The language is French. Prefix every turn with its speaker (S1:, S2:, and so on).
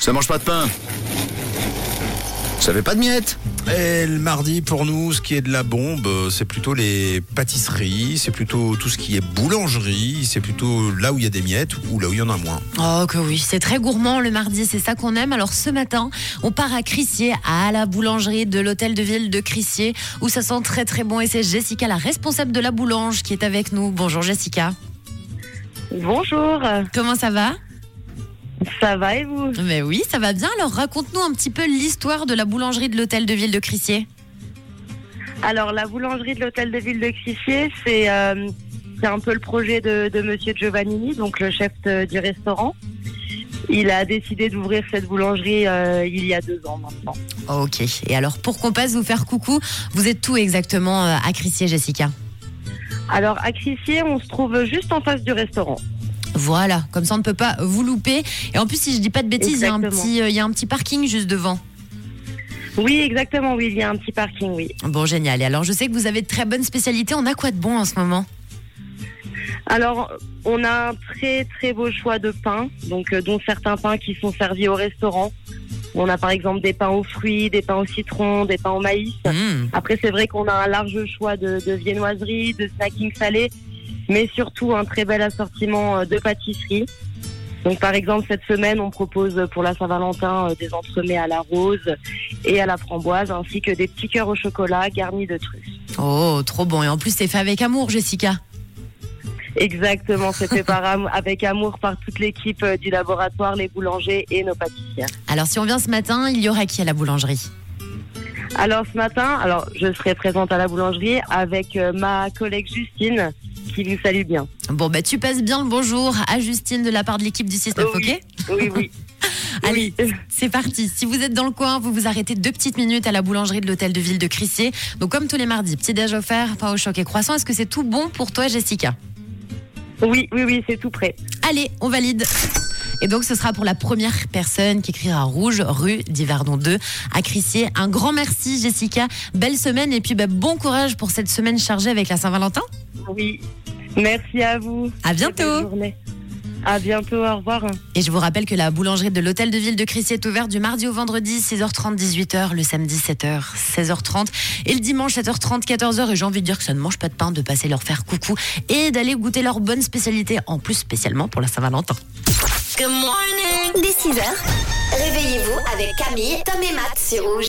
S1: Ça mange pas de pain. Ça fait pas de miettes.
S2: Et le mardi, pour nous, ce qui est de la bombe, euh, c'est plutôt les pâtisseries, c'est plutôt tout ce qui est boulangerie, c'est plutôt là où il y a des miettes ou là où il y en a moins.
S3: Oh que oui, c'est très gourmand le mardi, c'est ça qu'on aime. Alors ce matin, on part à Crissier, à la boulangerie de l'hôtel de ville de Crissier, où ça sent très très bon. Et c'est Jessica, la responsable de la boulange, qui est avec nous. Bonjour Jessica.
S4: Bonjour,
S3: Comment ça va
S4: ça va et vous
S3: Mais Ben oui, ça va bien. Alors raconte-nous un petit peu l'histoire de la boulangerie de l'hôtel de ville de Crissier.
S4: Alors la boulangerie de l'hôtel de ville de Crissier, c'est euh, c'est un peu le projet de, de Monsieur Giovannini, donc le chef de- du restaurant. Il a décidé d'ouvrir cette boulangerie euh, il y a deux ans maintenant.
S3: Oh, Ok. Et alors pour qu'on passe vous faire coucou, vous êtes tout exactement euh, à Crissier, Jessica
S4: Alors à Crissier, on se trouve juste en face du restaurant.
S3: Voilà, comme ça on ne peut pas vous louper. Et en plus, si je dis pas de bêtises, il y, a un
S4: Exactement.
S3: petit, euh, il y a un petit parking juste devant.
S4: Oui, exactement, oui, il y a un petit parking, oui.
S3: Bon, génial. Et alors, je sais que vous avez de très bonnes spécialités. On a quoi de bon en ce moment
S4: Alors, on a un très très beau choix de pains, donc euh, dont certains pains qui sont servis au restaurant. On a par exemple des pains aux fruits, des pains au citron, des pains au maïs.
S3: Mmh.
S4: Après, c'est vrai qu'on a un large choix de, de viennoiseries, de snacking salé, mais surtout un très bel assortiment euh, de pâtisseries. Donc, par exemple, cette semaine, on propose euh, pour la Saint-Valentin euh, des entremets à la rose et à la framboise, ainsi que des petits cœurs au chocolat garnis de truffes.
S3: Oh, trop bon. Et en plus, c'est fait avec amour, Jessica.
S4: Exactement, c'est fait par am- avec amour par toute l'équipe euh, du laboratoire, les boulangers et nos pâtissières.
S3: Alors, si on vient ce matin, il y aura qui à la boulangerie
S4: Alors, ce matin, alors je serai présente à la boulangerie avec euh, ma collègue Justine, qui vous salue bien.
S3: Bon, bah, tu passes bien le bonjour à Justine de la part de l'équipe du 6-9,
S4: Oui.
S3: ok
S4: Oui, oui.
S3: Allez,
S4: Oui.
S3: c'est parti. Si vous êtes dans le coin, vous vous arrêtez deux petites minutes à la boulangerie de l'hôtel de ville de Crissier. Donc, comme tous les mardis, petit déj offert, pain au choc et croissant. Est-ce que c'est tout bon pour toi, Jessica
S4: Oui, oui, oui, c'est tout prêt.
S3: Allez, on valide. Et donc, ce sera pour la première personne qui écrira Rouge, rue d'Hiverdon 2, à Crissier. Un grand merci, Jessica. Belle semaine et puis bah, bon courage pour cette semaine chargée avec la Saint-Valentin.
S4: Oui. Merci à vous.
S3: À
S4: Bonne
S3: bientôt.
S4: journée. À bientôt. Au revoir.
S3: Et je vous rappelle que la boulangerie de l'hôtel de ville de Crissier est ouverte du mardi au vendredi, 6h30, 18h, le samedi, 7h, 16h30, et le dimanche, 7h30, 14h. Et j'ai envie de dire que ça ne mange pas de pain de passer leur faire coucou et d'aller goûter leur bonne spécialité, en plus spécialement pour la Saint-Valentin.
S5: Dès 6h, réveillez-vous avec Camille, Tom et Matt sur Rouge.